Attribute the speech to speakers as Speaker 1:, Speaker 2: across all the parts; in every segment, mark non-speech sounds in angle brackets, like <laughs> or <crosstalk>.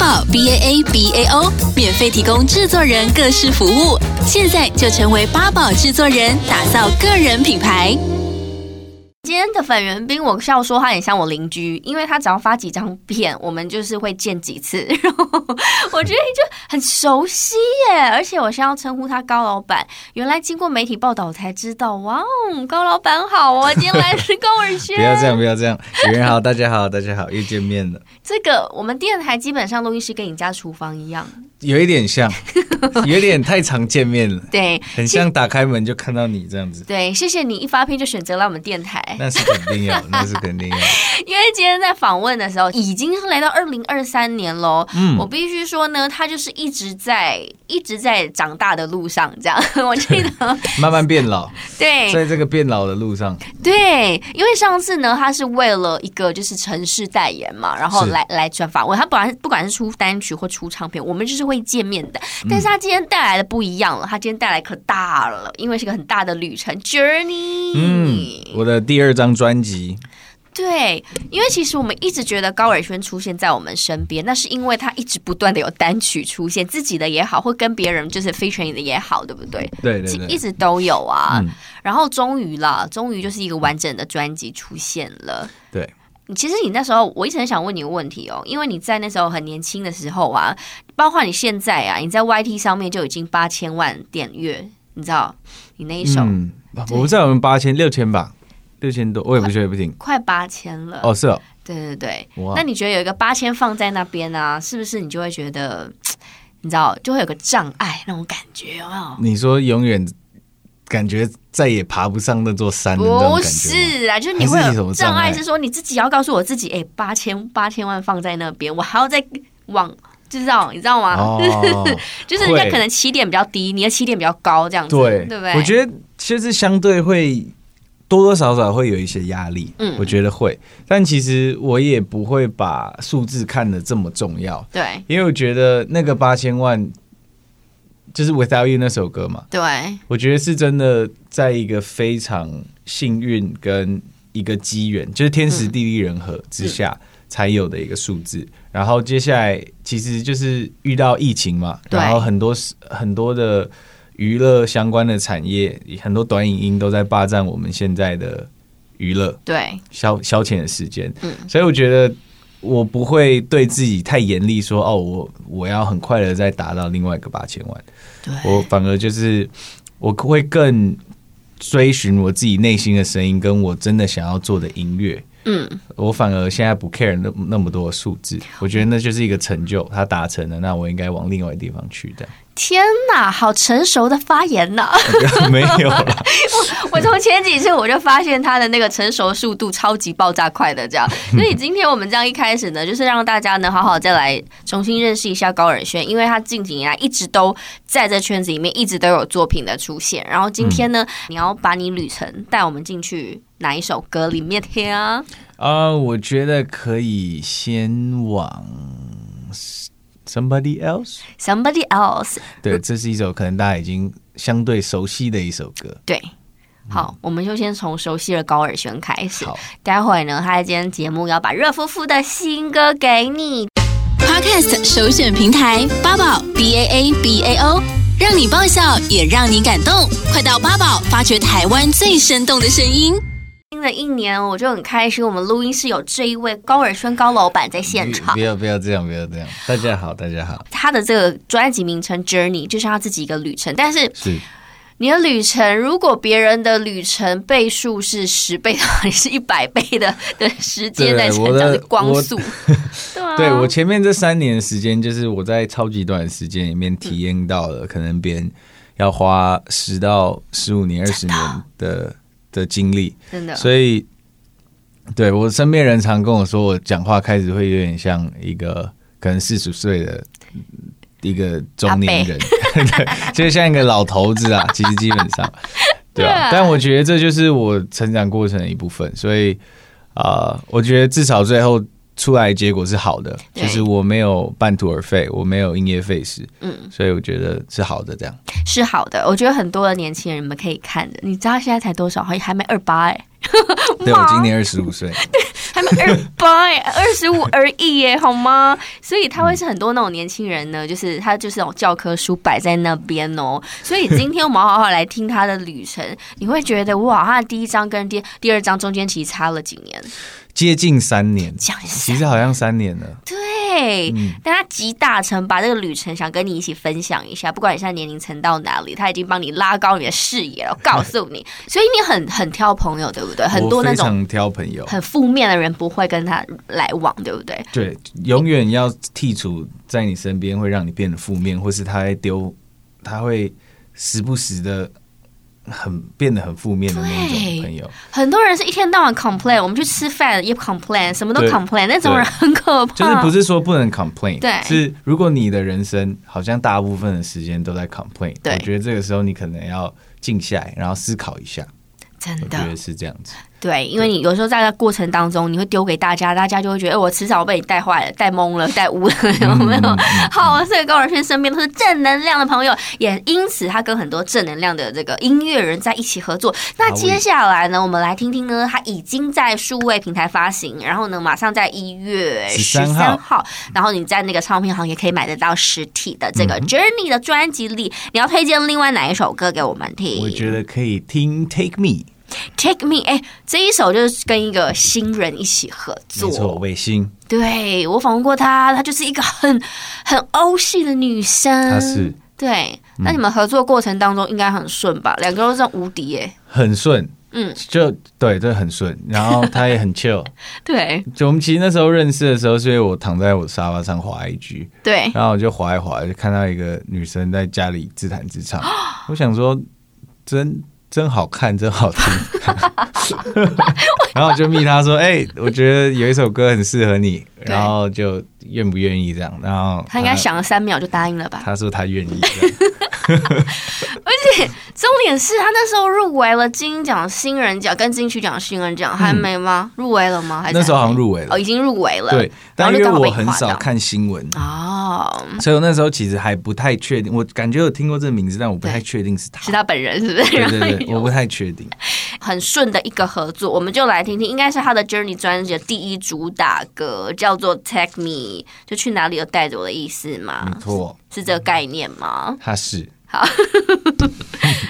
Speaker 1: 宝 B A A B A O 免费提供制作人各式服务，现在就成为八宝制作人，打造个人品牌。
Speaker 2: 今天的粉圆冰，我笑说他很像我邻居，因为他只要发几张片，我们就是会见几次， <laughs> 然后我觉得就很熟悉耶。而且我现在要称呼他高老板，原来经过媒体报道我才知道，哇哦，高老板好哦，今天来是高尔轩。
Speaker 3: 不要这样，不要这样。有人好，大家好，大家好，又见面了，
Speaker 2: 这个我们电台基本上录音室跟你家厨房一样，
Speaker 3: 有一
Speaker 2: <laughs>
Speaker 3: 点像，有一点太常见面了，
Speaker 2: 对，
Speaker 3: 很像打开门就看到你这样子，
Speaker 2: 对，谢谢你一发片就选择来我们电台，
Speaker 3: 那是肯定要，那是肯定要。
Speaker 2: 因为今天在访问的时候，已经是来到二零二三年喽。
Speaker 3: 嗯
Speaker 2: 我必须说呢，他就是一直在一直在长大的路上，这样。 <laughs> 我记得，
Speaker 3: 慢慢变老，
Speaker 2: 对
Speaker 3: 在这个变老的路上，
Speaker 2: 哎对，因为上次呢，他是为了一个就是城市代言嘛，然后
Speaker 3: 是
Speaker 2: 来来转访问。他本来不管是出单曲或出唱片，我们就是会见面的。
Speaker 3: 嗯
Speaker 2: 但是他今天带来的不一样了，他今天带来可大了，因为是个很大的旅程 journey。
Speaker 3: 嗯，我的第二张专辑，
Speaker 2: 对，因为其实我们一直觉得高尔宣出现在我们身边，那是因为他一直不断的有单曲出现，自己的也好，或跟别人就是 featuring 的也好，对不对？
Speaker 3: 对对
Speaker 2: 其一
Speaker 3: 对，
Speaker 2: 直都有啊。
Speaker 3: 嗯
Speaker 2: 然后终于啦，终于就是一个完整的专辑出现了。
Speaker 3: 对，
Speaker 2: 其实你那时候，我一直很想问你个问题哦，因为你在那时候很年轻的时候啊，包括你现在啊，你在 YT 上面就已经八千万点阅，你知道你那一首、
Speaker 3: 嗯，我不知道我们八千六千吧，六千多，我也不确定。
Speaker 2: 快八千了
Speaker 3: 哦，是哦，
Speaker 2: 对对对，
Speaker 3: 哇
Speaker 2: 那你觉得有一个八千放在那边啊，是不是你就会觉得，你知道，就会有个障碍那种感觉，有没有？
Speaker 3: 你说永远感觉再也爬不上那座山的那种
Speaker 2: 不
Speaker 3: 感觉吗，
Speaker 2: 是啊，就是你会
Speaker 3: 还是有什
Speaker 2: 有
Speaker 3: 么障碍
Speaker 2: 是说你自己要告诉我自己，哎，八千八千万放在那边，我还要再往。就知道，你知道吗？
Speaker 3: 哦，
Speaker 2: 就是人家
Speaker 3: 会
Speaker 2: 可能起点比较低，你的起点比较高，这样子，
Speaker 3: 对，
Speaker 2: 对不对？
Speaker 3: 我觉得其实相对会多多少少会有一些压力，
Speaker 2: 嗯
Speaker 3: 我觉得会，但其实我也不会把数字看得这么重要，
Speaker 2: 对
Speaker 3: 因为我觉得那个八千万就是 Without You 那首歌嘛，
Speaker 2: 对
Speaker 3: 我觉得是真的在一个非常幸运跟一个机缘，就是天时地利人和之下才有的一个数字。然后接下来其实就是遇到疫情嘛，
Speaker 2: 对
Speaker 3: 然后很多很多的娱乐相关的产业，很多短影音都在霸占我们现在的娱乐
Speaker 2: 对，
Speaker 3: 消消遣的时间。
Speaker 2: 嗯
Speaker 3: 所以我觉得。我不会对自己太严厉说，哦，我我要很快的再达到另外一个八千万。
Speaker 2: 对，
Speaker 3: 我反而就是我会更追寻我自己内心的声音，跟我真的想要做的音乐。
Speaker 2: 嗯，
Speaker 3: 我反而现在不 care 那那么多的数字，我觉得那就是一个成就，它达成了，那我应该往另外地方去的。 <laughs>
Speaker 2: 天哪，好成熟的发言呐、
Speaker 3: 没有啦，
Speaker 2: <laughs> 我从前几次我就发现它的那个成熟速度超级爆炸快的，这 <laughs> 样。所以今天我们这样一开始呢，就是让大家呢好好再来重新认识一下高尔轩，因为他近几年来一直都在这圈子里面一直都有作品的出现。然后今天呢，你要把你旅程带我们进去哪一首歌里面听啊？
Speaker 3: 啊、我觉得可以先往 somebody else。
Speaker 2: <laughs> Somebody else，
Speaker 3: 对，这是一首可能大家已经相对熟悉的一首歌。
Speaker 2: 对，好，我们就先从熟悉的高尔宣开始。
Speaker 3: 好，
Speaker 2: 待会呢，他在今天节目要把热乎乎的新歌给你。
Speaker 1: Podcast 首选平台八宝 B A A B A O，让你爆笑也让你感动，快到八宝发掘台湾最生动的声音。
Speaker 2: 新的一年，我就很开心，我们录音室有这一位高尔宣高老板在现场
Speaker 3: 不。要不要这样，不要这样。大家好，大家好，
Speaker 2: 他的这个专辑名称《Journey》就像他自己一个旅程，但是
Speaker 3: 是
Speaker 2: 你的旅程如果别人的旅程倍数是十倍的话，你是一百倍的的时间在
Speaker 3: 对
Speaker 2: 成
Speaker 3: 我
Speaker 2: 长
Speaker 3: 的
Speaker 2: 的光
Speaker 3: 我
Speaker 2: 速， <laughs>
Speaker 3: <laughs>
Speaker 2: 对啊，
Speaker 3: 对我前面这三年的时间，就是我在超级短的时间里面体验到了，可能别人要花十到十五年、二十年的的经历，
Speaker 2: 真的
Speaker 3: 所以对我身边人常跟我说，我讲话开始会有点像一个可能四十岁的一个中年人， <laughs> 对，就像一个老头子
Speaker 2: <laughs>
Speaker 3: 啊，其实基本上，对
Speaker 2: 对啊
Speaker 3: 啊，但我觉得这就是我成长过程的一部分，所以啊、呃我觉得至少最后出来的结果是好的，
Speaker 2: 对
Speaker 3: 就是我没有半途而废，我没有因噎废食，
Speaker 2: 嗯
Speaker 3: 嗯，所以我觉得是好的，这样
Speaker 2: 是好的。我觉得很多的年轻人你们可以看的，你知道他现在才多少？还还没二八哎，
Speaker 3: 对我今年二十五岁，
Speaker 2: 他们二八哎，二十五而已耶，好吗？所以他会是很多那种年轻人呢，就是他就是那种教科书摆在那边哦。所以今天我们好好来听他的旅程，你会觉得哇，他的第一章跟第第二章中间其实差了几年，
Speaker 3: 接近三年，
Speaker 2: 讲一下
Speaker 3: 其实好像三年了。
Speaker 2: 对，
Speaker 3: 嗯
Speaker 2: 但他集大成把这个旅程想跟你一起分享一下，不管你现在年龄层到哪里，他已经帮你拉高你的视野了，我告诉
Speaker 3: <laughs>
Speaker 2: 你。所以你很很挑朋友，对不对？很多那
Speaker 3: 我非
Speaker 2: 种
Speaker 3: 常挑朋友，
Speaker 2: 很负面的人不会跟他来往，对不对？
Speaker 3: 对，永远要剔除在你身边会让你变得负面，或是他会丢，他会时不时的很变得很负面的那
Speaker 2: 对
Speaker 3: 种朋友，
Speaker 2: 很多人是一天到晚 complain，我们去吃饭也 complain，什么都
Speaker 3: 对
Speaker 2: complain，那种
Speaker 3: 对
Speaker 2: 人很可怕。
Speaker 3: 就是不是说不能 complain，
Speaker 2: 啊对
Speaker 3: 是如果你的人生好像大部分的时间都在 complain，
Speaker 2: 对
Speaker 3: 我觉得这个时候你可能要静下来，然后思考一下，我
Speaker 2: 真
Speaker 3: 觉得
Speaker 2: 的，
Speaker 3: 是这样子。
Speaker 2: 对，因为你有时候在那过程当中，你会丢给大家，大家就会觉得，哎、我迟早被你带坏了、带懵了、带污了，有没有？好，所以高尔轩身边都是正能量的朋友，也因此他跟很多正能量的这个音乐人在一起合作。那
Speaker 3: 好
Speaker 2: 接下来呢，我们来听听呢，他已经在数位平台发行，然后呢，马上在一月十
Speaker 3: 13
Speaker 2: 三
Speaker 3: 号
Speaker 2: 号，然后你在那个唱片行也可以买得到实体的这个 Journey 的专辑里。你要推荐另外哪一首歌给我们听？
Speaker 3: 我觉得可以听 Take Me，
Speaker 2: Take Me，哎，这一首就是跟一个新人一起合
Speaker 3: 没错，
Speaker 2: 作。
Speaker 3: 卫星，
Speaker 2: 对我访问过她，她就是一个很 <laughs> 很欧系的女生。
Speaker 3: 他是嗯
Speaker 2: 对，那你们合作过程当中应该很顺吧？两个都是无敌耶。
Speaker 3: 很顺，
Speaker 2: 嗯，
Speaker 3: 就对，这很顺，然后他
Speaker 2: <laughs>
Speaker 3: 也很 chill。
Speaker 2: 对
Speaker 3: 就我们其实那时候认识的时候，是因为我躺在我沙发上滑 IG，
Speaker 2: 对，
Speaker 3: 然后我就滑一滑，就看到一个女生在家里自弹
Speaker 2: <gasps>
Speaker 3: 自唱，我想说真真好看，真
Speaker 2: <laughs>
Speaker 3: 好听。然后我就密她说：“哎、我觉得有一首歌很适合你，
Speaker 2: 对
Speaker 3: 然后就愿不愿意这样？”然后
Speaker 2: 她应该，想了三秒就答应了吧？
Speaker 3: 她说她愿意
Speaker 2: <laughs>
Speaker 3: 这样。
Speaker 2: 重点是她那时候入围了金鹰奖新人奖跟金曲奖新人奖，还没吗？入围了吗？还是
Speaker 3: 嗯那时候
Speaker 2: 还
Speaker 3: 好
Speaker 2: 没
Speaker 3: 像入围了
Speaker 2: 哦，已经入围了。
Speaker 3: 对，
Speaker 2: 然
Speaker 3: 但
Speaker 2: 后
Speaker 3: 因
Speaker 2: 就
Speaker 3: 为
Speaker 2: 刚好被你
Speaker 3: 我很
Speaker 2: 划
Speaker 3: 少
Speaker 2: 到
Speaker 3: 看新闻，
Speaker 2: 哦，
Speaker 3: 所以我那时候其实还不太确定，我感觉有听过这个名字，但我不太确定是他。
Speaker 2: 是她本人是不是？
Speaker 3: 对
Speaker 2: 然后
Speaker 3: 对对，我不太确定。
Speaker 2: 很顺的一个合作，我们就来听听，应该是他的 Journey 专辑的第一主打歌，叫做 Take Me，就去哪里有带着我的意思
Speaker 3: 没
Speaker 2: 吗？
Speaker 3: 错，
Speaker 2: 是这个概念吗？
Speaker 3: 他是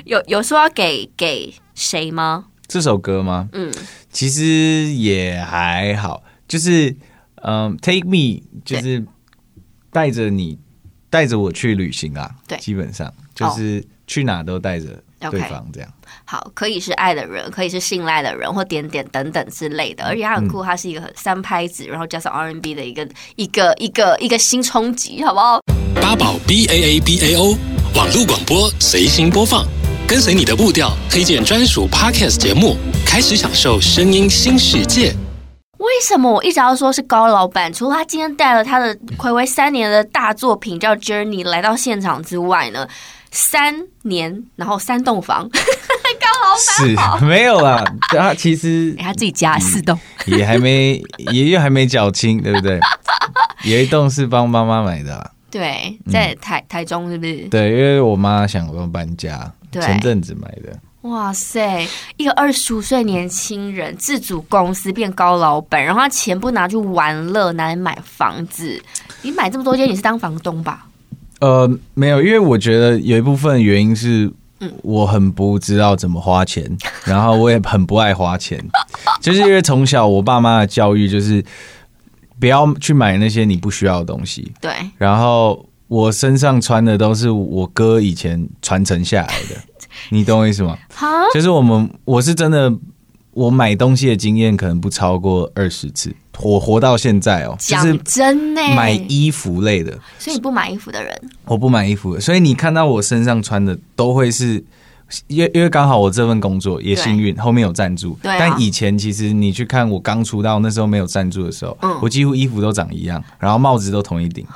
Speaker 2: 有有说要给给谁吗？
Speaker 3: 这首歌吗？
Speaker 2: 嗯，
Speaker 3: 其实也还好，就是嗯，Take Me 就是带着你带着我去旅行啊，
Speaker 2: 对
Speaker 3: 基本上就是去哪都带着
Speaker 2: OK
Speaker 3: 对方这样。
Speaker 2: 好，可以是爱的人，可以是信赖的人，或点点等等之类的。而且他很
Speaker 3: 嗯
Speaker 2: 酷，他是一个三拍子，然后加上 R&B 的一个一个一个一个新冲击，好不好？
Speaker 4: 八宝 B A A B A O 网络广播随心播放，跟随你的步调，推荐专属 Podcast 节目，开始享受声音新世界。
Speaker 2: 为什么我一直要说是高老板？除了他今天带了他的暌违三年的大作品叫《Journey》来到现场之外呢，三年，然后三栋房， <laughs>
Speaker 3: 是
Speaker 2: 哦
Speaker 3: 没有啦，他其实
Speaker 2: 哎给他自己加四栋，
Speaker 3: 也还没，也又还没缴清，对不对？有一栋是帮妈妈买的啊啦，
Speaker 2: 对，
Speaker 3: 嗯
Speaker 2: 在台、台中是不是？
Speaker 3: 对，因为我妈想说搬家，
Speaker 2: 对
Speaker 3: 前阵子买的，
Speaker 2: 哇塞，一个二十五岁年轻人自主公司变高老板，然后他钱不拿去玩乐，拿来买房子。你买这么多间，你是当房东吧？
Speaker 3: 呃，没有，因为我觉得有一部分原因是
Speaker 2: 嗯，
Speaker 3: 我很不知道怎么花钱，然后我也很不爱花
Speaker 2: <laughs>
Speaker 3: 钱，就是因为从小我爸妈的教育就是不要去买那些你不需要的东西，
Speaker 2: 对，
Speaker 3: 然后我身上穿的都是我哥以前传承下来的，
Speaker 2: <laughs>
Speaker 3: 你懂我意思吗？
Speaker 2: 哈，
Speaker 3: 就是我们我是真的，我买东西的经验可能不超过二十次，我活到现在哦，就
Speaker 2: 讲
Speaker 3: 是
Speaker 2: 真呢，
Speaker 3: 买衣服类的。
Speaker 2: 所以你不买衣服的人，
Speaker 3: 我不买衣服的，所以你看到我身上穿的都会是，因为因为刚好我这份工作也幸运，后面有赞助。
Speaker 2: 对啊
Speaker 3: 但以前其实你去看我刚出道那时候没有赞助的时候，
Speaker 2: 嗯
Speaker 3: 我几乎衣服都长一样，然后帽子都同一顶，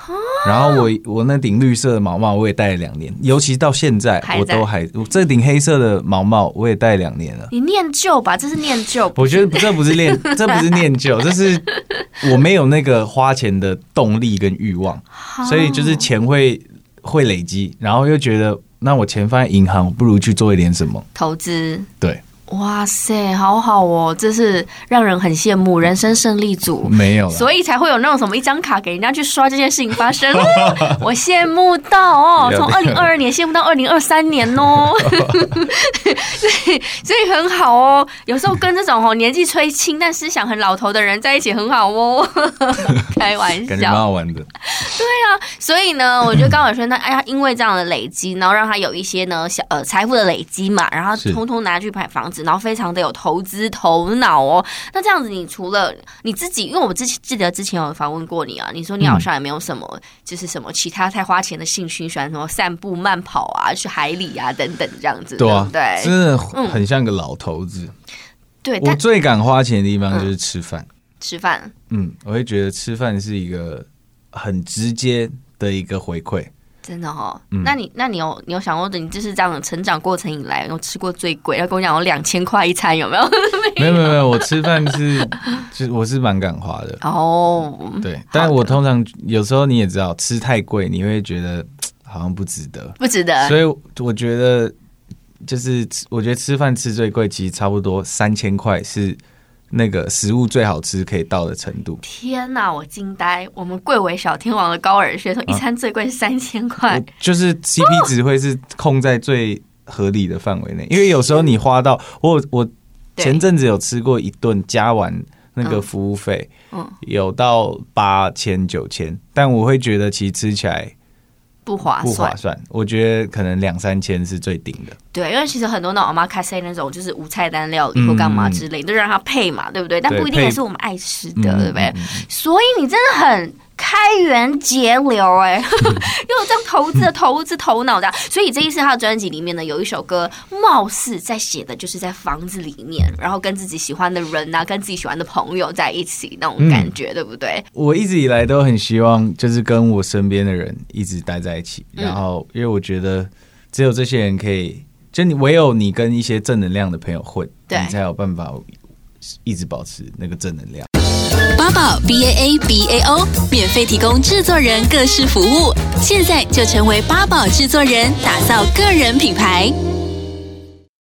Speaker 3: 然后我我那顶绿色的毛帽我也戴了两年，尤其到现在
Speaker 2: 还在
Speaker 3: 我都还我这顶黑色的毛帽我也戴两年了。
Speaker 2: 你念旧吧，这是念旧。
Speaker 3: 我觉得这不是
Speaker 2: <laughs>
Speaker 3: 念，这不是念旧，这是我没有那个花钱的动力跟欲望。所以就是钱会会累积，然后又觉得那我钱放在银行，我不如去做一点什么。
Speaker 2: 投资，
Speaker 3: 对，
Speaker 2: 哇塞，好好哦，这是让人很羡慕，人生胜利组。
Speaker 3: 嗯没有啦，
Speaker 2: 所以才会有那种什么一张卡给人家去刷这件事情发
Speaker 3: <laughs>
Speaker 2: 生，哦我羡慕到哦，从二零二二年羡慕到二零二三年
Speaker 3: <laughs>
Speaker 2: 哦，所以所以很好哦。有时候跟这种哦年纪虽轻但思想很老头的人在一起很好
Speaker 3: <laughs>
Speaker 2: 哦，开玩
Speaker 3: 感觉蛮
Speaker 2: 笑。
Speaker 3: 好玩的。
Speaker 2: 所以呢，我觉得高晓轩他哎，他因为这样的累积，然后让他有一些呢小呃财富的累积嘛，然后
Speaker 3: 是
Speaker 2: 通通拿去买房子，然后非常的有投资头脑哦。那这样子，你除了你自己，因为我之前记得之前有访问过你啊，你说你好像也没有什么、就是什么其他太花钱的兴趣，喜欢什么散步、慢跑啊，去海里啊等等这样子，对
Speaker 3: 啊
Speaker 2: 不，对？
Speaker 3: 真的很像个老头子。
Speaker 2: 对，
Speaker 3: 我
Speaker 2: 但嗯
Speaker 3: 最敢花钱的地方就是吃饭。
Speaker 2: 吃饭
Speaker 3: 嗯，我会觉得吃饭是一个很直接的一个
Speaker 2: <laughs>
Speaker 3: 回馈。
Speaker 2: 真的哦，那你那你有你有想过，你就是这样成长过程以来，有吃过最贵？他跟我讲有两千块一餐，有没有？ <laughs>
Speaker 3: 没有没有没有，我吃饭是 <laughs> 就是我是蛮敢花的。
Speaker 2: 哦，
Speaker 3: 对，但我通常有时候你也知道，吃太贵你会觉得好像不值得，
Speaker 2: 不值得
Speaker 3: 所以我觉得就是吃我觉得吃饭吃最贵，其实差不多三千块是那个食物最好吃可以到的程度。
Speaker 2: 天哪，我惊呆！我们贵为小天王的高尔
Speaker 3: 啊
Speaker 2: 轩说，一餐最贵是三千块
Speaker 3: 我，就是
Speaker 2: 哦
Speaker 3: CP 值会是控在最合理的范围内，因为有时候你花到我我
Speaker 2: 对
Speaker 3: 前阵子有吃过一顿，加完那个服务费，
Speaker 2: 嗯
Speaker 3: 有到八千九千，但我会觉得其实吃起来
Speaker 2: 不划
Speaker 3: 不
Speaker 2: 算
Speaker 3: 划。算，我觉得可能两三千是最顶的，
Speaker 2: 对，因为其实很多那种 omakase 那种就是无菜单料理或干嘛之类，就让它配嘛，对不对？但
Speaker 3: 对
Speaker 2: 不一定也
Speaker 3: 配
Speaker 2: 是我们爱吃的，
Speaker 3: 嗯
Speaker 2: 对不对？所以你真的很开源节流
Speaker 3: <laughs>
Speaker 2: 哎、又这样投资的投资头脑的啊，所以这一次他的专辑里面呢，有一首歌，貌似在写的就是在房子里面，然后跟自己喜欢的人啊，跟自己喜欢的朋友在一起那
Speaker 3: 嗯
Speaker 2: 种感觉，对不对？
Speaker 3: 我一直以来都很希望，就是跟我身边的人一直待在一起。
Speaker 2: 嗯
Speaker 3: 然后，因为我觉得只有这些人可以，就你唯有你跟一些正能量的朋友混，
Speaker 2: 对
Speaker 3: 你才有办法一直保持那个正能量。
Speaker 1: 八宝 B A A B A O 免费提供制作人各式服务，现在就成为八宝制作人，打造个人品牌。